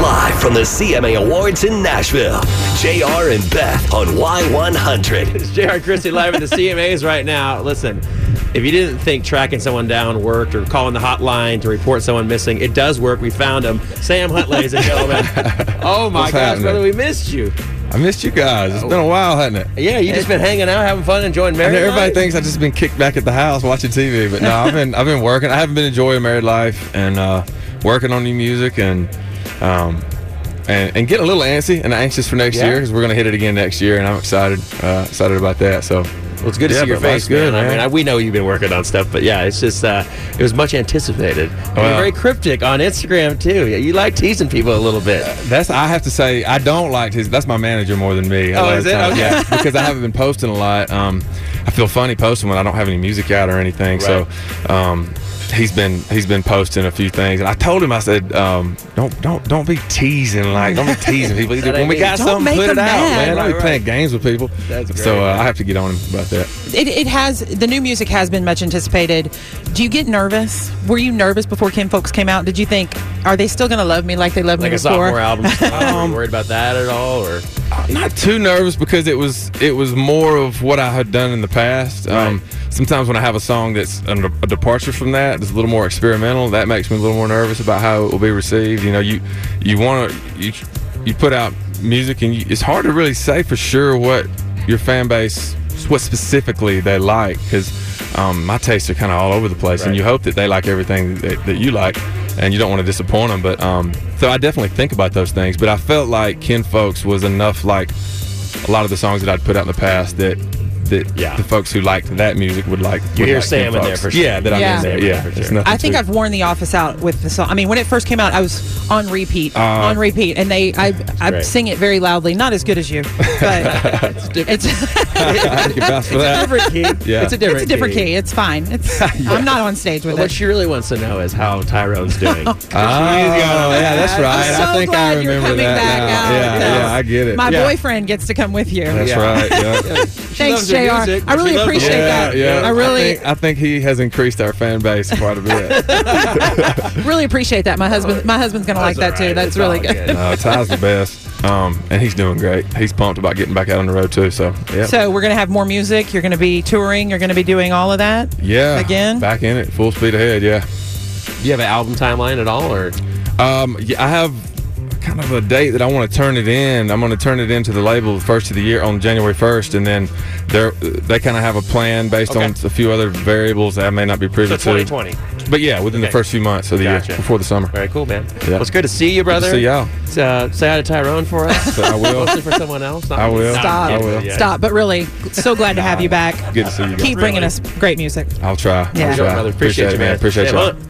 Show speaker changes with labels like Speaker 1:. Speaker 1: Live from the CMA Awards in Nashville, JR and Beth on Y100.
Speaker 2: It's JR and Christy live at the CMAs right now. Listen, if you didn't think tracking someone down worked or calling the hotline to report someone missing, it does work. We found him. Sam Hunt, ladies and gentlemen. Oh my
Speaker 3: What's
Speaker 2: gosh,
Speaker 3: happening?
Speaker 2: brother, we missed you.
Speaker 3: I missed you guys. It's been a while, hasn't it?
Speaker 2: Yeah, you just been hanging out, having fun, enjoying
Speaker 3: I
Speaker 2: marriage.
Speaker 3: know everybody thinks I've just been kicked back at the house watching TV, but no, I've been I've been working. I haven't been enjoying married life and uh, working on new music and um, and and getting a little antsy and anxious for next
Speaker 2: Yeah.
Speaker 3: year year because we're gonna hit it again next year, and I'm excited uh, excited about that. So
Speaker 2: Well, it's good to
Speaker 3: Yeah,
Speaker 2: see your
Speaker 3: but life's
Speaker 2: face,
Speaker 3: good,
Speaker 2: man. I
Speaker 3: man.
Speaker 2: mean, I, we know you've been working on stuff, but yeah, it's just uh, it was much anticipated. And you're
Speaker 3: Well-
Speaker 2: very cryptic on Instagram too. Yeah, you like teasing people a little bit.
Speaker 3: That's I have to say I don't like his. That's my manager more than me. A
Speaker 2: Oh,
Speaker 3: lot
Speaker 2: is
Speaker 3: of
Speaker 2: it?
Speaker 3: times,
Speaker 2: Okay.
Speaker 3: Yeah, because I haven't been posting a lot. Um, I feel funny posting when I don't have any music out or anything. So, um, he's been he's been posting a few things, and I told him I said, um, don't don't don't be teasing like don't be teasing people. Either.
Speaker 2: That ain't
Speaker 3: When we
Speaker 2: me.
Speaker 3: got
Speaker 4: Don't
Speaker 3: something,
Speaker 4: make
Speaker 3: put it
Speaker 4: them
Speaker 3: out, man.
Speaker 4: mad.
Speaker 3: I'll
Speaker 2: Right,
Speaker 3: be
Speaker 2: right.
Speaker 3: playing games with people.
Speaker 2: That's great,
Speaker 3: so uh,
Speaker 2: man.
Speaker 3: I have to get on him about that.
Speaker 4: It, it has the new music has been much anticipated. Do you get nervous? Were you nervous before Kim Folks came out? Did you think, are they still going to love me like they loved
Speaker 2: Like
Speaker 4: me
Speaker 2: a
Speaker 4: before?
Speaker 2: sophomore album. Are you worried about that at all? Or
Speaker 3: not too nervous because it was it was more of what I had done in the past. Um, sometimes when I have a song that's a, a departure from that, it's a little more experimental. That makes me a little more nervous about how it will be received. You know, you you want to you you put out music and you, it's hard to really say for sure what your fan base what specifically they like because um, my tastes are kind of all over the place and you hope that they like everything that, that you like and you don't want to disappoint them but um, so i definitely think about those things but i felt like kin folks was enough like a lot of the songs that i'd put out in the past that that
Speaker 2: Yeah.
Speaker 3: the folks who liked that music would like
Speaker 2: You
Speaker 3: would
Speaker 2: hear
Speaker 3: like
Speaker 2: Sam in
Speaker 3: Kinfolks.
Speaker 2: there for
Speaker 3: yeah
Speaker 2: sure.
Speaker 3: that i'm
Speaker 4: Yeah.
Speaker 3: in
Speaker 2: Sam
Speaker 3: there
Speaker 2: in there
Speaker 3: yeah
Speaker 2: for
Speaker 3: it's
Speaker 2: sure.
Speaker 3: nothing
Speaker 4: I think
Speaker 3: to-
Speaker 4: I've worn the office out with the song. I mean, when it first came out, I was on repeat, on repeat, and they I I
Speaker 2: Uh, great.
Speaker 4: sing it very loudly, not as good as you, but it's
Speaker 3: I can vouch for that.
Speaker 2: different key.
Speaker 3: Yeah.
Speaker 2: It's a different.
Speaker 4: it's a different key. It's fine. It's I'm not on stage with
Speaker 2: What
Speaker 4: it.
Speaker 2: she really wants to know is how Tyrone's doing.
Speaker 3: Oh, yeah, that's right.
Speaker 4: I'm so
Speaker 3: I think
Speaker 4: glad
Speaker 3: I remember
Speaker 4: you're coming
Speaker 3: that
Speaker 4: back
Speaker 3: now.
Speaker 4: out.
Speaker 3: Yeah, yeah, I get it.
Speaker 4: My
Speaker 3: Yeah.
Speaker 4: boyfriend gets to come with you.
Speaker 3: That's
Speaker 2: Yeah.
Speaker 3: right. Yeah.
Speaker 2: loves
Speaker 4: Thanks,
Speaker 2: your
Speaker 4: Jr.
Speaker 2: music,
Speaker 4: I
Speaker 2: but she
Speaker 4: really
Speaker 2: loves-
Speaker 4: appreciate
Speaker 3: Yeah,
Speaker 4: that.
Speaker 3: yeah.
Speaker 4: I really,
Speaker 3: think, I think he has increased our fan base quite a bit.
Speaker 4: really appreciate that. My husband, my husband's gonna like that
Speaker 2: That's all
Speaker 4: too.
Speaker 2: right.
Speaker 4: That's
Speaker 2: It's
Speaker 4: really
Speaker 2: all
Speaker 4: good.
Speaker 3: no, Ty's the best, um, and he's doing great. He's pumped about getting back out on the road too. So yeah,
Speaker 4: So we're gonna have more music. You're gonna be touring. You're gonna be doing all of that.
Speaker 3: yeah,
Speaker 4: again?
Speaker 3: back in it, full speed ahead. Yeah,
Speaker 2: Do you have an album timeline at all, or
Speaker 3: um, yeah I have kind of a date that I want to turn it in. I'm going to turn it into the label the first of the year on January 1st, and then they're, they kind of have a plan based
Speaker 2: Okay.
Speaker 3: on a few other variables that I may not be privy
Speaker 2: so
Speaker 3: to.
Speaker 2: 2020?
Speaker 3: But yeah, within
Speaker 2: Okay.
Speaker 3: the first few months of the
Speaker 2: Gotcha.
Speaker 3: year, before the summer.
Speaker 2: Very cool, man.
Speaker 3: Yeah.
Speaker 2: Well, it's good to see you, brother.
Speaker 3: see y'all.
Speaker 2: Uh, say hi to Tyrone for us.
Speaker 3: So I will.
Speaker 2: Mostly for someone else. not
Speaker 3: I
Speaker 2: me.
Speaker 3: will.
Speaker 2: No, I'm
Speaker 4: Stop.
Speaker 3: I
Speaker 2: kidding.
Speaker 3: will.
Speaker 2: Yeah.
Speaker 4: Stop. But really, so glad to have you back.
Speaker 3: Good to see you guys.
Speaker 4: Keep bringing us great music.
Speaker 3: I'll try.
Speaker 4: Yeah.
Speaker 3: I'll
Speaker 2: Enjoy,
Speaker 3: try.
Speaker 2: brother. Appreciate, you, man.
Speaker 3: Appreciate
Speaker 2: Sam
Speaker 3: y'all.
Speaker 2: Hunt.